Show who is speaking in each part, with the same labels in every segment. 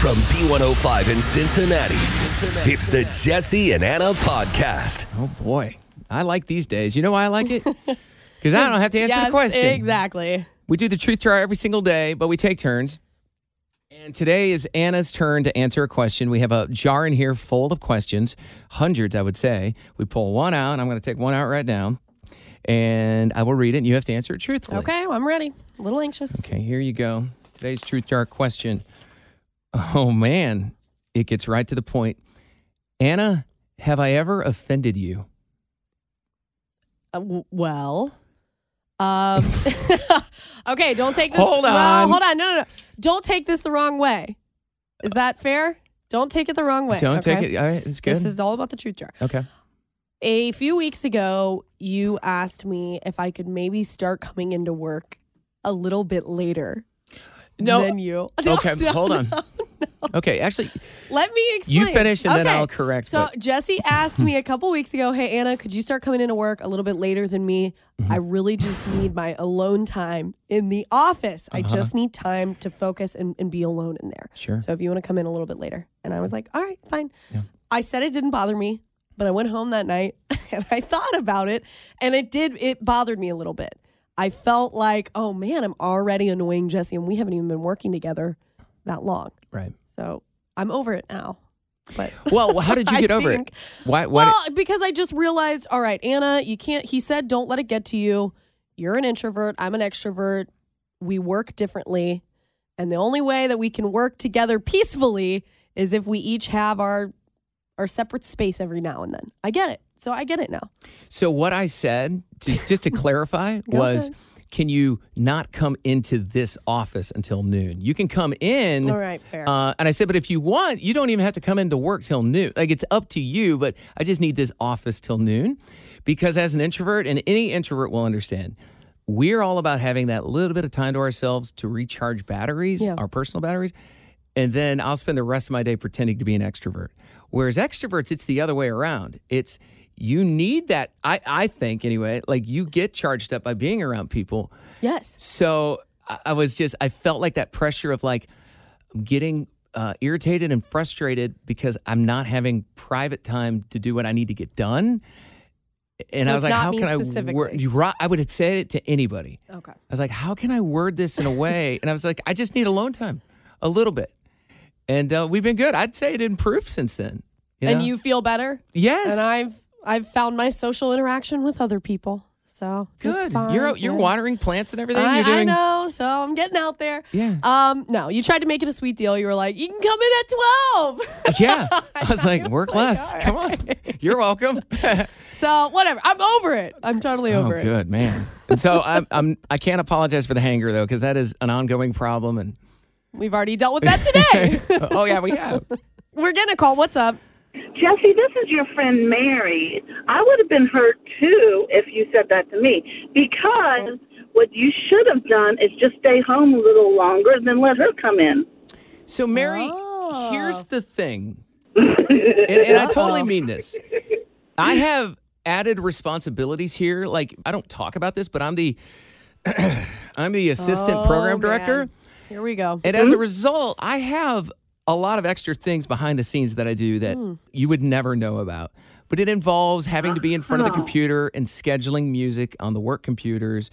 Speaker 1: From B105 in Cincinnati, it's the Jesse and Anna podcast.
Speaker 2: Oh boy, I like these days. You know why I like it? Because I don't have to answer
Speaker 3: yes,
Speaker 2: the question.
Speaker 3: Exactly.
Speaker 2: We do the truth jar every single day, but we take turns. And today is Anna's turn to answer a question. We have a jar in here full of questions, hundreds, I would say. We pull one out. I'm going to take one out right now, and I will read it. And you have to answer it truthfully.
Speaker 3: Okay, well, I'm ready. A little anxious.
Speaker 2: Okay, here you go. Today's truth jar question. Oh man, it gets right to the point. Anna, have I ever offended you?
Speaker 3: Uh, w- well, um, okay, don't take this.
Speaker 2: Hold
Speaker 3: well,
Speaker 2: on.
Speaker 3: hold on. No, no, no. Don't take this the wrong way. Is that fair? Don't take it the wrong way.
Speaker 2: Don't
Speaker 3: okay?
Speaker 2: take it. All right, it's good.
Speaker 3: This is all about the truth jar.
Speaker 2: okay.
Speaker 3: A few weeks ago, you asked me if I could maybe start coming into work a little bit later
Speaker 2: No.
Speaker 3: than you. No,
Speaker 2: Okay,
Speaker 3: no,
Speaker 2: hold on.
Speaker 3: no.
Speaker 2: Okay, actually,
Speaker 3: Let me explain.
Speaker 2: finish and then I'll correct,
Speaker 3: So
Speaker 2: but-
Speaker 3: Jesse asked me a couple weeks ago, "Hey Anna, could you start coming into work a little bit later than me? I
Speaker 2: Mm-hmm.
Speaker 3: really just need my alone time in the office. I just need time to focus and, and be alone in there.
Speaker 2: Uh-huh. Sure.
Speaker 3: So if you want to come in a little bit later, and I was like, "All right, fine." I said it didn't bother me, but I went home that night and I thought about it, and it did. It bothered me a little bit. I felt like, "Oh man, I'm already annoying Jesse, and we haven't even been working together that long."
Speaker 2: right.
Speaker 3: So I'm over it now. But
Speaker 2: Well, how did you
Speaker 3: I
Speaker 2: get over
Speaker 3: think-
Speaker 2: it? Why? Why?
Speaker 3: well, because I just realized, all right, Anna, you can't. He said, don't let it get to you. You're an introvert. I'm an extrovert. We work differently, and the only way that we can work together peacefully is if we each have our our separate space every now and then. I get it. So I get it now.
Speaker 2: so what I said, to, just to clarify, was, can you not come into this office until noon? You can come in.
Speaker 3: All right, fair.
Speaker 2: Uh, and I said, but if you want, you don't even have to come into work till noon. Like it's up to you, but I just need this office till noon because as an introvert, and any introvert will understand, we're all about having that little bit of time to ourselves to recharge batteries,
Speaker 3: Yeah.
Speaker 2: our personal batteries. And then I'll spend the rest of my day pretending to be an extrovert. Whereas extroverts, it's the other way around. It's you need that. I, I think, anyway, like you get charged up by being around people.
Speaker 3: yes.
Speaker 2: So I I was just, I felt like that pressure of like getting uh, irritated and frustrated because I'm not having private time to do what I need to get done. And
Speaker 3: So
Speaker 2: I was
Speaker 3: it's
Speaker 2: like,
Speaker 3: not
Speaker 2: how
Speaker 3: me
Speaker 2: can I word?
Speaker 3: specifically. Oh.
Speaker 2: You, ri- I would have said it to anybody. I
Speaker 3: Okay.
Speaker 2: was like, how can I word this in a way? and I was like, I just need alone time, a little bit. And uh, we've been good. I'd say it improved since then.
Speaker 3: And
Speaker 2: know?
Speaker 3: you feel better.
Speaker 2: yes,
Speaker 3: And I've I've found my social interaction with other people. So it's
Speaker 2: good.
Speaker 3: fine.
Speaker 2: You're out- you're
Speaker 3: Yeah.
Speaker 2: watering plants and everything.
Speaker 3: I,
Speaker 2: you're doing.
Speaker 3: I know, so I'm getting out there.
Speaker 2: Yeah.
Speaker 3: Um, no, you tried to make it a sweet deal. You were like, you can come in at 12.
Speaker 2: Yeah, I was like, work less. Come on, you're welcome.
Speaker 3: so whatever. I'm over it. I'm totally over
Speaker 2: oh,
Speaker 3: it.
Speaker 2: good man. And so I'm, I'm I can't apologize for the hanger though, because that is an ongoing problem. And
Speaker 3: We've already dealt with that today.
Speaker 2: oh yeah, we have.
Speaker 3: we're getting a call. What's up?
Speaker 4: Jesse, this is your friend Mary. I would have been hurt too if you said that to me because what you should have done is just stay home a little longer and then let her come in.
Speaker 2: So Mary, here's the thing, and, and I totally mean this. I have added responsibilities here. Like I don't talk about this, but I'm the I'm the assistant program
Speaker 3: Oh,
Speaker 2: director.
Speaker 3: man. Here we go.
Speaker 2: And as a result, I have a lot of extra things behind the scenes that I do that
Speaker 3: Mm.
Speaker 2: you would never know about. But it involves having to be in front of the computer and scheduling music on the work computers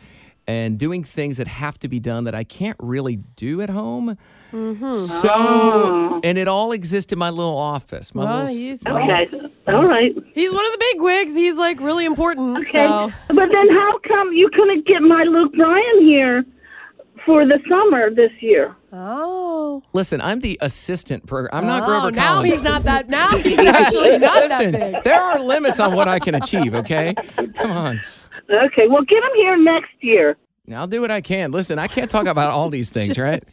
Speaker 2: and doing things that have to be done that I can't really do at home.
Speaker 3: Mm-hmm.
Speaker 2: So, and it all exists in my little office. My
Speaker 3: Oh,
Speaker 2: little, s-
Speaker 3: he's-
Speaker 2: my
Speaker 4: Okay. All right.
Speaker 3: He's one of the big wigs. He's like really important.
Speaker 4: Okay.
Speaker 3: So
Speaker 4: But then how come you couldn't get my Luke Bryan here for the summer this year?
Speaker 3: Oh.
Speaker 2: Listen, I'm the assistant program. I'm not
Speaker 3: oh,
Speaker 2: Grover
Speaker 3: now
Speaker 2: Collins.
Speaker 3: he's not that now he's actually not
Speaker 2: Listen,
Speaker 3: that big.
Speaker 2: there are limits on what I can achieve, okay? Come on.
Speaker 4: Okay. Well, get him here next year.
Speaker 2: I'll do what I can. Listen, I can't talk about all these things, right?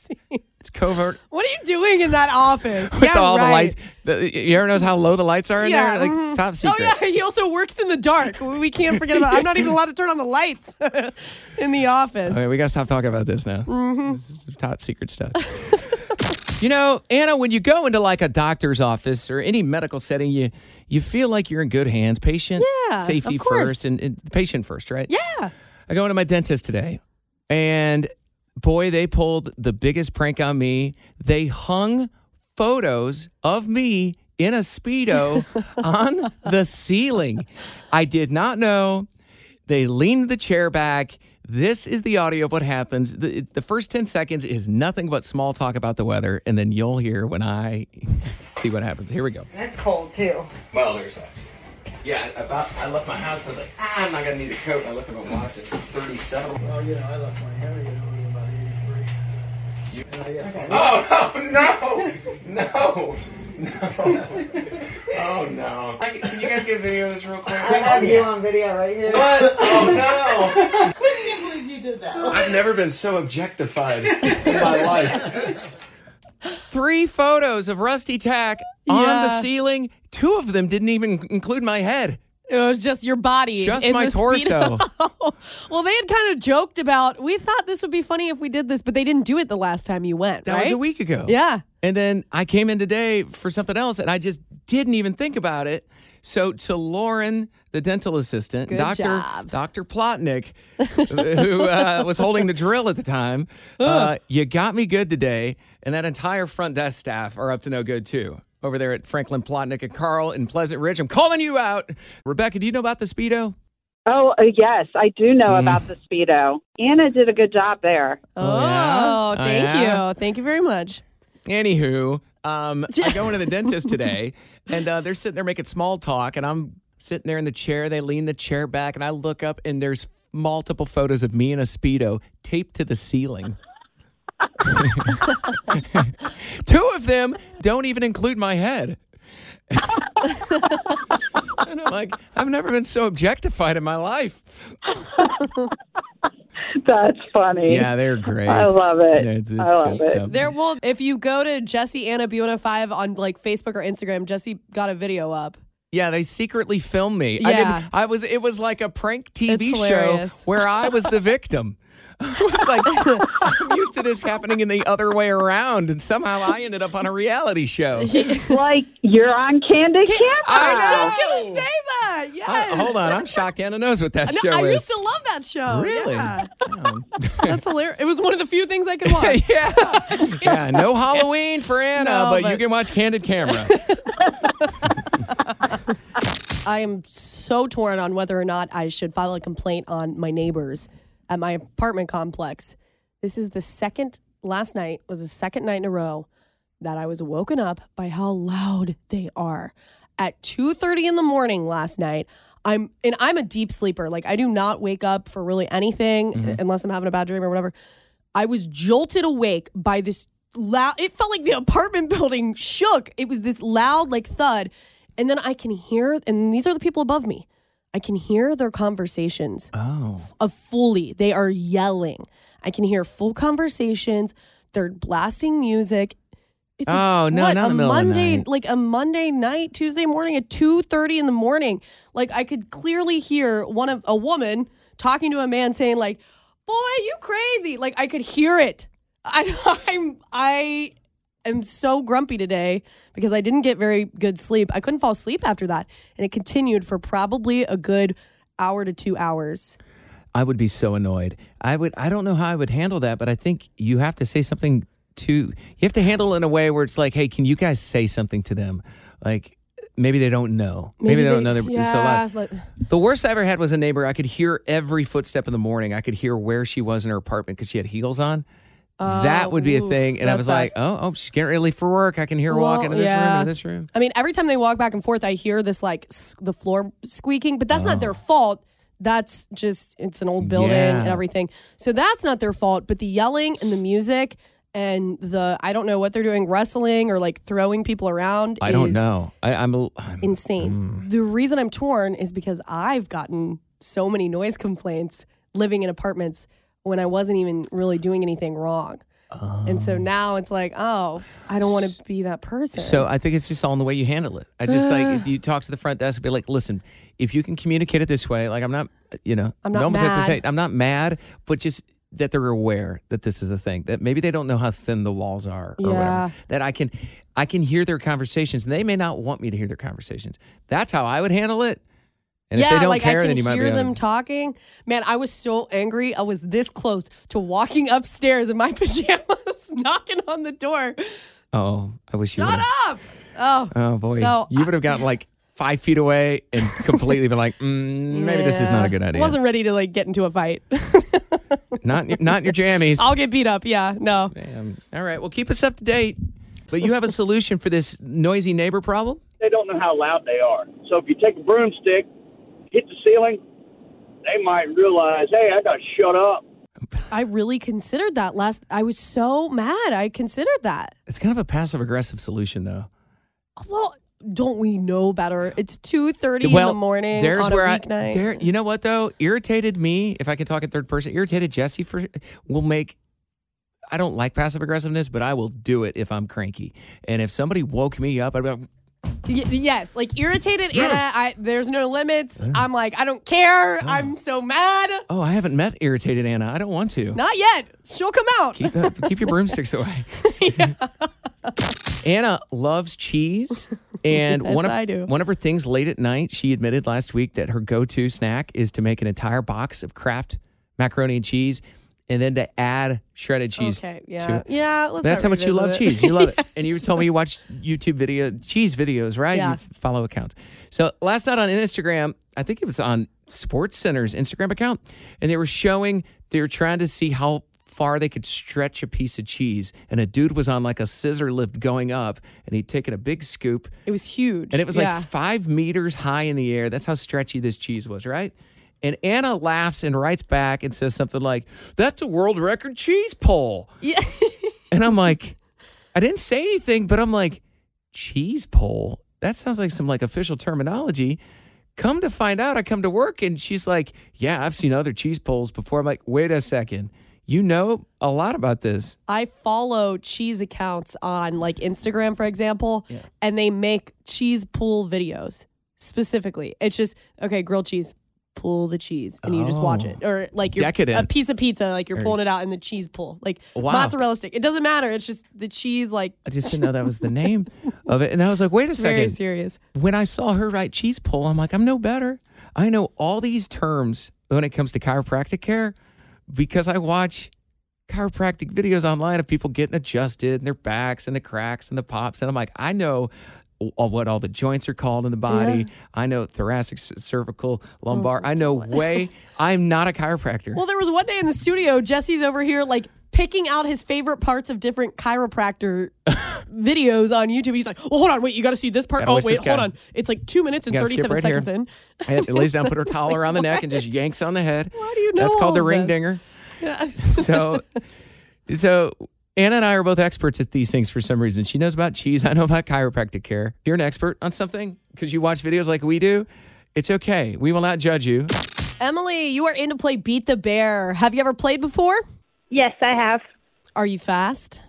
Speaker 2: It's covert.
Speaker 3: What are you doing in that office?
Speaker 2: With all the lights, the, you ever knows how low the lights are in
Speaker 3: Yeah,
Speaker 2: there? Like
Speaker 3: mhm.
Speaker 2: it's top secret.
Speaker 3: Oh yeah, he also works in the dark. We can't forget about. I'm not even allowed to turn on the lights in the office.
Speaker 2: Okay, we gotta stop talking about this now.
Speaker 3: Mm-hmm.
Speaker 2: This is top secret stuff. you know, Anna, when you go into like a doctor's office or any medical setting, you you feel like you're in good hands. Patient
Speaker 3: Yeah,
Speaker 2: safety
Speaker 3: of course.
Speaker 2: first and, and patient first, right?
Speaker 3: Yeah.
Speaker 2: I go into my dentist today, and boy, they pulled the biggest prank on me. They hung photos of me in a Speedo on the ceiling. I did not know. They leaned the chair back. This is the audio of what happens. The, the first 10 seconds is nothing but small talk about the weather, and then you'll hear when I see what happens. Here we go.
Speaker 5: It's cold too.
Speaker 6: Well, there's that. Yeah, I- about I left my house. I was like, ah, I'm not gonna need a coat. And I looked at my watch. It's 37.
Speaker 7: Well, you know, Oh, I left my heavy at only about 83. And I guess my-
Speaker 6: Oh no, no, no, no. Oh no. Like, Can you guys get a video of this real quick?
Speaker 5: I have you on video right here.
Speaker 6: What? Oh no!
Speaker 5: You did that.
Speaker 6: I've never been so objectified in my life.
Speaker 2: three photos of Rusty Tack on the
Speaker 3: Yeah.
Speaker 2: ceiling. Two of them didn't even include my head,
Speaker 3: It was just your body.
Speaker 2: just
Speaker 3: in
Speaker 2: my
Speaker 3: the
Speaker 2: torso.
Speaker 3: Speedo. Well, they had kind of joked about, we thought this would be funny if we did this, but they didn't do it the last time you went.
Speaker 2: That
Speaker 3: right?
Speaker 2: was a week ago.
Speaker 3: Yeah.
Speaker 2: And then I came in today for something else and I just didn't even think about it. So to Lauren, the dental assistant,
Speaker 3: Good
Speaker 2: Dr.
Speaker 3: job.
Speaker 2: Dr. Plotnick, who uh, was holding the drill at the time, uh, you got me good today. And that entire front desk staff are up to no good too. Over there at Franklin Plotnick and Carl in Pleasant Ridge. I'm calling you out. Rebecca, do you know about the Speedo?
Speaker 8: Oh, uh, yes, I do know about the Speedo. Anna did a good job there.
Speaker 2: Mm. Oh, yeah?
Speaker 3: Oh,
Speaker 2: Oh,
Speaker 3: thank
Speaker 2: yeah?
Speaker 3: you. Thank you very much.
Speaker 2: Anywho, um, I go into the dentist today, and uh, they're sitting there making small talk, and I'm sitting there in the chair. They lean the chair back, and I look up, and there's multiple photos of me in a speedo taped to the ceiling. Two of them don't even include my head. and I'm like, I've never been so objectified in my life.
Speaker 8: That's funny.
Speaker 2: Yeah, they're great.
Speaker 8: I love it.
Speaker 2: Yeah, it's, it's
Speaker 8: I love
Speaker 2: good
Speaker 8: it.
Speaker 2: stuff.
Speaker 3: There will, if you go to Jesse Anna Buena 5 on like Facebook or Instagram, Jesse got a video up.
Speaker 2: Yeah, they secretly filmed me. I
Speaker 3: Yeah.
Speaker 2: didn't I was it was like a prank TV
Speaker 3: It's
Speaker 2: show
Speaker 3: hilarious.
Speaker 2: where I was the victim. I was like I'm used to this happening in the other way around and somehow I ended up on a reality show.
Speaker 8: It's like you're on Candid Camera.
Speaker 3: I was just going to say that. Yes.
Speaker 2: Uh, hold on, I'm shocked Anna knows what that
Speaker 3: No,
Speaker 2: show
Speaker 3: I
Speaker 2: is.
Speaker 3: used to love that show.
Speaker 2: really?
Speaker 3: Yeah.
Speaker 2: Um,
Speaker 3: That's hilarious. It was one of the few things I could watch.
Speaker 2: yeah. yeah, no Halloween for Anna,
Speaker 3: No,
Speaker 2: but, you
Speaker 3: but-
Speaker 2: can watch Candid Camera.
Speaker 3: I am so torn on whether or not I should file a complaint on my neighbors at my apartment complex. This is the second, last night was the second night in a row that I was woken up by how loud they are. At 2:30 in the morning last night, I'm and I'm a deep sleeper. Like I do not wake up for really anything unless I'm having a bad dream or whatever. I was jolted awake by this loud. It felt like the apartment building shook. It was this loud, like thud, and then I can hear. And these are the people above me. I can hear their conversations
Speaker 2: Oh.
Speaker 3: of fully. They are yelling. I can hear full conversations. They're blasting music. It's a-
Speaker 2: Oh, no,
Speaker 3: what,
Speaker 2: not in
Speaker 3: a
Speaker 2: the middle of the
Speaker 3: Monday,
Speaker 2: night.
Speaker 3: like a Monday night, Tuesday morning at two thirty in the morning. Like I could clearly hear one of a woman talking to a man saying, "Like, boy, you crazy!" Like I could hear it. I, I'm I am so grumpy today because I didn't get very good sleep. I couldn't fall asleep after that, and it continued for probably a good hour to two hours.
Speaker 2: I would be so annoyed. I would. I don't know how I would handle that, but I think you have to say something to. You have to handle it in a way where it's like, hey, can you guys say something to them? Like maybe they don't know. Maybe, they, don't know. They're so
Speaker 3: yeah,
Speaker 2: loud.
Speaker 3: let-
Speaker 2: The worst I ever had was a neighbor. I could hear every footstep in the morning. I could hear where she was in her apartment because she had heels on. that would be a
Speaker 3: ooh,
Speaker 2: thing. And I
Speaker 3: that's
Speaker 2: was like, oh, oh, she's getting ready for work. I can hear her
Speaker 3: Well,
Speaker 2: walking in this room,
Speaker 3: yeah.
Speaker 2: in this room.
Speaker 3: I mean, every time they walk back and forth, I hear this like s- the floor squeaking, but that's not their fault. That's just it's an old building and
Speaker 2: Oh. Yeah.
Speaker 3: everything. So that's not their fault. But the yelling and the music and the I don't know what they're doing, wrestling or like throwing people around.
Speaker 2: I don't
Speaker 3: is
Speaker 2: know. I, I'm, a- I'm
Speaker 3: Insane.
Speaker 2: Mm.
Speaker 3: The reason I'm torn is because I've gotten so many noise complaints living in apartments when I wasn't even really doing anything wrong. And so now it's like, oh, I don't want to be that person.
Speaker 2: So I think it's just all in the way you handle it. I just like if you talk to the front desk, be like, listen, if you can communicate it this way, like I'm not, you know,
Speaker 3: I'm not
Speaker 2: you almost have to
Speaker 3: mad.
Speaker 2: say I'm not mad, but just that they're aware that this is a thing that maybe they don't know how thin the walls are or
Speaker 3: Yeah.
Speaker 2: whatever. That I can, I can hear their conversations. They may not want me to hear their conversations. That's how I would handle it. And
Speaker 3: yeah,
Speaker 2: if they don't
Speaker 3: like
Speaker 2: care,
Speaker 3: I can
Speaker 2: then you might
Speaker 3: hear
Speaker 2: be on
Speaker 3: them
Speaker 2: it.
Speaker 3: talking. Man, I was so angry. I was this close to walking upstairs in my pajamas, knocking on the door.
Speaker 2: Oh, I wish you.
Speaker 3: Shut
Speaker 2: would've-
Speaker 3: up! Oh,
Speaker 2: Oh boy,
Speaker 3: So
Speaker 2: you would have gotten like five feet away and completely been like, mm, maybe this is not a
Speaker 3: yeah.
Speaker 2: good idea.
Speaker 3: I Uh, wasn't ready to like get into a fight.
Speaker 2: Not in- not in your jammies.
Speaker 3: I'll get beat up. Yeah, no.
Speaker 2: Damn. All right. Well, keep us up to date. But you have a solution for this noisy neighbor problem?
Speaker 9: They don't know how loud they are. So if you take a broomstick, hit the ceiling, they might realize, hey, I got to shut up.
Speaker 3: I really considered that last. I was so mad. I considered that.
Speaker 2: It's kind of a passive aggressive solution, though.
Speaker 3: Well, don't we know better? It's two thirty in the morning on a weeknight.
Speaker 2: I. There, you know what though? Irritated me. If I can talk in third person, irritated Jesse for will make. I don't like passive aggressiveness, but I will do it if I'm cranky. And if somebody woke me up, I'd be like,
Speaker 3: Y- yes, like irritated Anna. I, there's no limits. I'm like, I don't care. I'm so mad.
Speaker 2: "Oh, I haven't met irritated Anna. I don't want to."
Speaker 3: Not yet. She'll come out.
Speaker 2: Keep, that, keep your broomsticks away. Anna loves cheese, and
Speaker 3: Yes,
Speaker 2: one of
Speaker 3: I do.
Speaker 2: one of her things late at night, she admitted last week that her go-to snack is to make an entire box of Kraft macaroni and cheese, and then to add shredded cheese.
Speaker 3: Okay.
Speaker 2: to
Speaker 3: Yeah.
Speaker 2: it.
Speaker 3: Yeah. Let's
Speaker 2: That's how
Speaker 3: not
Speaker 2: much you
Speaker 3: revisit
Speaker 2: love
Speaker 3: it.
Speaker 2: cheese. You love it, and you told me you watch YouTube video cheese videos, right?
Speaker 3: Yeah.
Speaker 2: You f- follow accounts. So last night on Instagram, I think it was on Sports Center's Instagram account, and they were showing they were trying to see how far they could stretch a piece of cheese, and a dude was on like a scissor lift going up, and he'd taken a big scoop,
Speaker 3: It was huge.
Speaker 2: and it was
Speaker 3: Yeah.
Speaker 2: like five meters high in the air. That's how stretchy this cheese was, right? And Anna laughs and writes back and says something like, "That's a world record cheese pole."
Speaker 3: Yeah.
Speaker 2: And I'm like, I didn't say anything, but I'm like, cheese pole. That sounds like some like official terminology. Come to find out, I come to work and she's like, Yeah, I've seen other cheese poles before. I'm like, wait a second. You know a lot about this.
Speaker 3: I follow cheese accounts on like Instagram, for example, and they make cheese pool videos specifically. It's just okay, grilled cheese, pull the cheese, and you just watch it, or like you're
Speaker 2: Oh. Decadent.
Speaker 3: a piece of pizza, like you're
Speaker 2: Or-
Speaker 3: pulling it out in the cheese pool, like
Speaker 2: Wow.
Speaker 3: mozzarella stick. It doesn't matter. It's just the cheese, like
Speaker 2: I just didn't know that was the name of it. And I was like, wait a
Speaker 3: it's very
Speaker 2: second.
Speaker 3: serious.
Speaker 2: When I saw her write cheese pole, I'm like, I'm no better. I know all these terms when it comes to chiropractic care because I watch chiropractic videos online of people getting adjusted and their backs and the cracks and the pops. And I'm like, I know all- what all the joints are called in the body. I know thoracic, c- cervical, lumbar. I know way. I'm not a chiropractor.
Speaker 3: Well, there was one day in the studio, Jesse's over here like picking out his favorite parts of different chiropractor videos on YouTube. He's like, "Well, hold on, wait, you got to see this part.
Speaker 2: Gotta
Speaker 3: Oh,
Speaker 2: watch
Speaker 3: wait,
Speaker 2: this
Speaker 3: hold
Speaker 2: guy.
Speaker 3: on. It's like two minutes and
Speaker 2: Gotta
Speaker 3: thirty
Speaker 2: skip
Speaker 3: seven
Speaker 2: right here.
Speaker 3: seconds in."
Speaker 2: And lays down, put her towel around the neck, and just yanks on the head.
Speaker 3: Why do you know
Speaker 2: That's called the
Speaker 3: all
Speaker 2: ring
Speaker 3: this?
Speaker 2: dinger. so, so Anna and I are both experts at these things for some reason. She knows about cheese. I know about chiropractic care. If you're an expert on something because you watch videos like we do, it's okay. We will not judge you.
Speaker 3: Emily, you are in to play Beat the Bear. Have you ever played before?
Speaker 8: Yes, I have.
Speaker 3: Are you fast?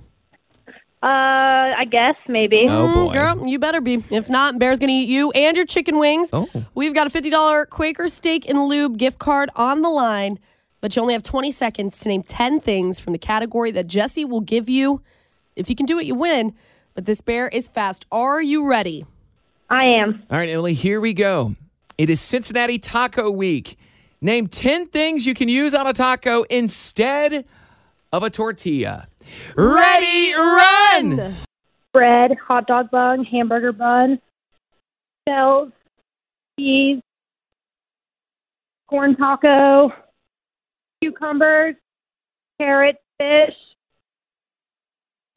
Speaker 8: Uh, I guess maybe.
Speaker 2: Oh,
Speaker 3: Mm, girl, you better be. If not, Bear's going to eat you and your chicken wings.
Speaker 2: Oh.
Speaker 3: We've got a $50 Quaker Steak and Lube gift card on the line, but you only have 20 seconds to name 10 things from the category that Jesse will give you. If you can do it, you win. But this bear is fast. Are you ready?
Speaker 8: I am.
Speaker 2: All right, Emily, here we go. It is Cincinnati Taco Week. Name 10 things you can use on a taco instead of a tortilla. Ready, run!
Speaker 8: Bread, hot dog bun, hamburger bun, shells, cheese, corn taco, cucumbers, carrots, fish,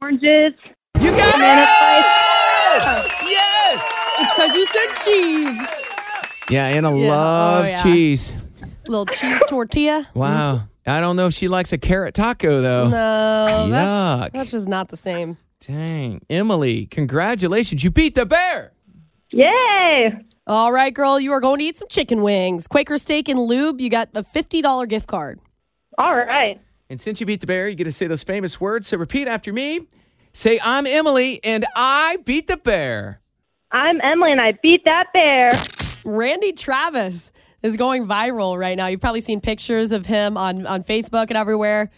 Speaker 8: oranges.
Speaker 2: You got it! Yes!
Speaker 3: It's because you said cheese.
Speaker 2: Yeah, Anna
Speaker 3: Yeah.
Speaker 2: loves
Speaker 3: Oh, yeah.
Speaker 2: cheese.
Speaker 3: Little cheese tortilla.
Speaker 2: Wow. I don't know if she likes a carrot taco, though.
Speaker 3: No,
Speaker 2: Yuck.
Speaker 3: Oh, that's, that's just not the same.
Speaker 2: Dang. Emily, congratulations. You beat the bear.
Speaker 8: Yay!
Speaker 3: All right, girl, you are going to eat some chicken wings. Quaker Steak and Lube, you got a $50 gift card.
Speaker 8: All right.
Speaker 2: And since you beat the bear, you get to say those famous words. So repeat after me. Say, I'm Emily and I beat the bear.
Speaker 10: I'm Emily and I beat that bear.
Speaker 3: Randy Travis is going viral right now. You've probably seen pictures of him on, on Facebook and everywhere.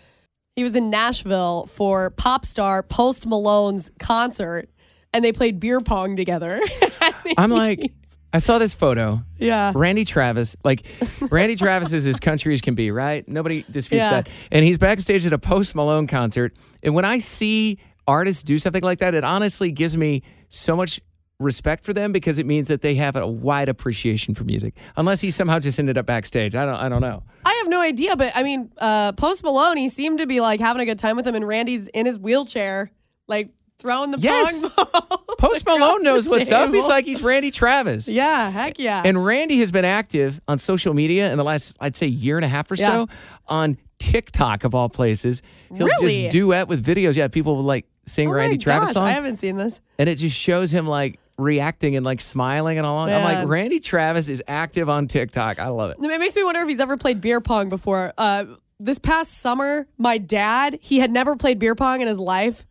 Speaker 3: He was in Nashville for pop star Post Malone's concert and they played beer pong together.
Speaker 2: I'm like, I saw this photo.
Speaker 3: Yeah.
Speaker 2: Randy Travis, like, Randy Travis is as country as can be, right? Nobody disputes
Speaker 3: Yeah.
Speaker 2: that. And he's backstage at a Post Malone concert. And when I see artists do something like that, it honestly gives me so much respect for them because it means that they have a wide appreciation for music. Unless he somehow just ended up backstage. I don't. I don't know.
Speaker 3: I have no idea, but I mean, uh, Post Malone, he seemed to be like having a good time with him, and Randy's in his wheelchair, like throwing the
Speaker 2: Yes.
Speaker 3: pong balls.
Speaker 2: Post
Speaker 3: across
Speaker 2: Malone knows
Speaker 3: the
Speaker 2: what's up. He's
Speaker 3: table.
Speaker 2: like he's Randy Travis.
Speaker 3: yeah, heck yeah.
Speaker 2: And Randy has been active on social media in the last, I'd say, year and a half or so on TikTok of all places. He'll
Speaker 3: Really?
Speaker 2: just duet with videos. Yeah, people will like sing
Speaker 3: Oh my
Speaker 2: Randy Travis
Speaker 3: gosh, I
Speaker 2: songs,
Speaker 3: haven't seen this.
Speaker 2: and it just shows him like reacting and like smiling and all. I'm
Speaker 3: Man.
Speaker 2: like, Randy Travis is active on TikTok. I love it.
Speaker 3: It makes me wonder if he's ever played beer pong before. Uh, this past summer, my dad, he had never played beer pong in his life,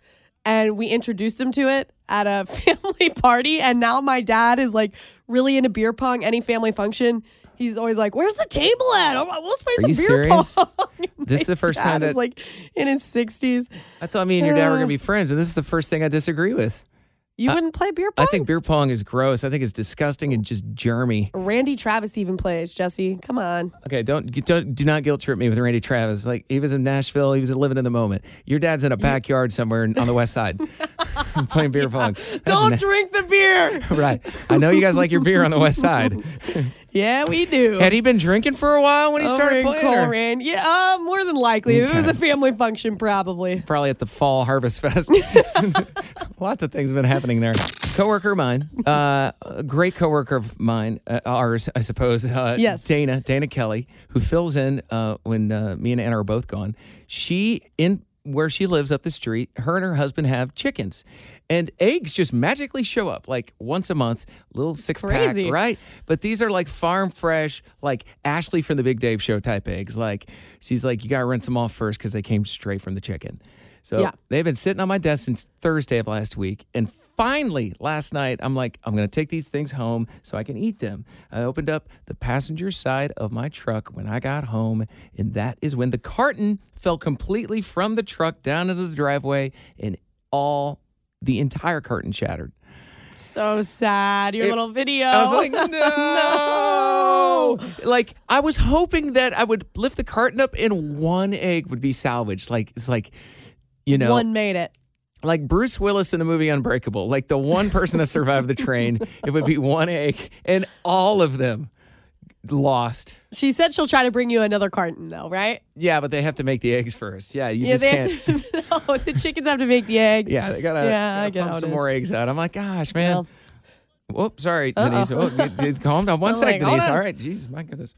Speaker 3: and we introduced him to it at a family party. And now my dad is like really into beer pong, any family function. He's always like, "Where's the table at? Oh, Let's play
Speaker 2: Are
Speaker 3: some
Speaker 2: you
Speaker 3: beer
Speaker 2: serious?
Speaker 3: pong."
Speaker 2: This is the first
Speaker 3: dad
Speaker 2: time
Speaker 3: is
Speaker 2: that-
Speaker 3: like in his sixties.
Speaker 2: I thought me and your dad were
Speaker 3: Uh.
Speaker 2: gonna be friends, and this is the first thing I disagree with.
Speaker 3: You
Speaker 2: I-
Speaker 3: wouldn't play beer pong.
Speaker 2: I think beer pong is gross. I think it's disgusting and just germy.
Speaker 3: Randy Travis even plays. Jesse, come on.
Speaker 2: Okay, don't don't do not guilt trip me with Randy Travis. Like he was in Nashville, he was living in the moment. Your dad's in a backyard somewhere in- on the west side, playing beer pong. That's
Speaker 3: Don't
Speaker 2: na-
Speaker 3: drink the beer.
Speaker 2: right. I know you guys like your beer on the west side.
Speaker 3: Yeah, we do.
Speaker 2: Had he been drinking for a while when he started
Speaker 3: Over in
Speaker 2: playing? or-
Speaker 3: Coleraine. Yeah, uh, more than likely. It was a family function, probably.
Speaker 2: Probably at the fall harvest fest. Lots of things have been happening there. Coworker of mine, uh, a great coworker of mine, uh, ours, I suppose. Uh,
Speaker 3: Yes.
Speaker 2: Dana, Dana Kelly, who fills in uh, when uh, me and Anna are both gone. She in where she lives up the street. Her and her husband have chickens, and eggs just magically show up like once a month, little six
Speaker 3: crazy.
Speaker 2: pack, right? But these are like farm fresh, like Ashley from the Big Dave Show type eggs. Like she's like, you gotta rinse them off first because they came straight from the chicken. So
Speaker 3: Yeah.
Speaker 2: they've been sitting on my desk since Thursday of last week. And finally, last night, I'm like, I'm going to take these things home so I can eat them. I opened up the passenger side of my truck when I got home. And that is when the carton fell completely from the truck down into the driveway and all the entire carton shattered.
Speaker 3: So sad. Your
Speaker 2: It-
Speaker 3: little video.
Speaker 2: I was like, no. Like, I was hoping that I would lift the carton up and one egg would be salvaged. Like, it's like, you know,
Speaker 3: One made it.
Speaker 2: like Bruce Willis in the movie Unbreakable, like the one person that survived the train, it would be one egg and all of them lost.
Speaker 3: She said she'll try to bring you another carton, though, right?
Speaker 2: Yeah, but they have to make the eggs first. Yeah, you
Speaker 3: yeah,
Speaker 2: just
Speaker 3: they
Speaker 2: can't.
Speaker 3: have to. no, the chickens have to make the eggs.
Speaker 2: Yeah, they gotta,
Speaker 3: Yeah,
Speaker 2: gotta
Speaker 3: I get how
Speaker 2: pump
Speaker 3: it
Speaker 2: some
Speaker 3: is.
Speaker 2: more eggs out. I'm like, gosh, man.
Speaker 3: Well.
Speaker 2: Whoops, sorry, Denise. Oh, you- you calm down. One
Speaker 3: I'm
Speaker 2: sec,
Speaker 3: like, hold
Speaker 2: Denise.
Speaker 3: on.
Speaker 2: All right, Jesus, my goodness.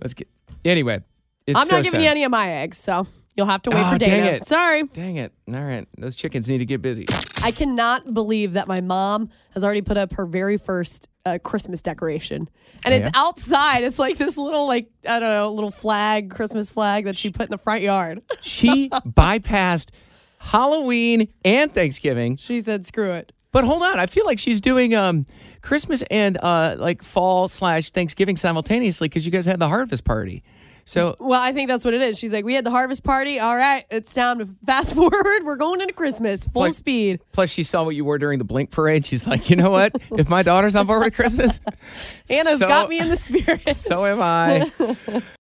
Speaker 2: Let's get. Anyway, it's
Speaker 3: I'm
Speaker 2: so
Speaker 3: not giving
Speaker 2: sad.
Speaker 3: you any of my eggs, so you'll have to wait
Speaker 2: Oh,
Speaker 3: for
Speaker 2: dang
Speaker 3: Dana.
Speaker 2: it.
Speaker 3: Sorry.
Speaker 2: Dang it! All right, those chickens need to get busy.
Speaker 3: I cannot believe that my mom has already put up her very first uh, Christmas decoration, and
Speaker 2: Oh,
Speaker 3: it's
Speaker 2: yeah?
Speaker 3: outside. It's like this little, like I don't know, little flag, Christmas flag that she put in the front yard.
Speaker 2: She bypassed Halloween and Thanksgiving
Speaker 3: She said, "Screw it."
Speaker 2: But hold on, I feel like she's doing um, Christmas and uh, like fall slash Thanksgiving simultaneously because you guys had the harvest party. So
Speaker 3: Well, I think that's what it is. She's like, "We had the harvest party. All right, it's time to fast forward. We're going into Christmas full
Speaker 2: Like-
Speaker 3: speed."
Speaker 2: plus she saw what you wore during the Blink parade. She's like, you know what? if my daughter's on board with Christmas,
Speaker 3: Anna's
Speaker 2: so-
Speaker 3: got me in the spirit.
Speaker 2: So am I.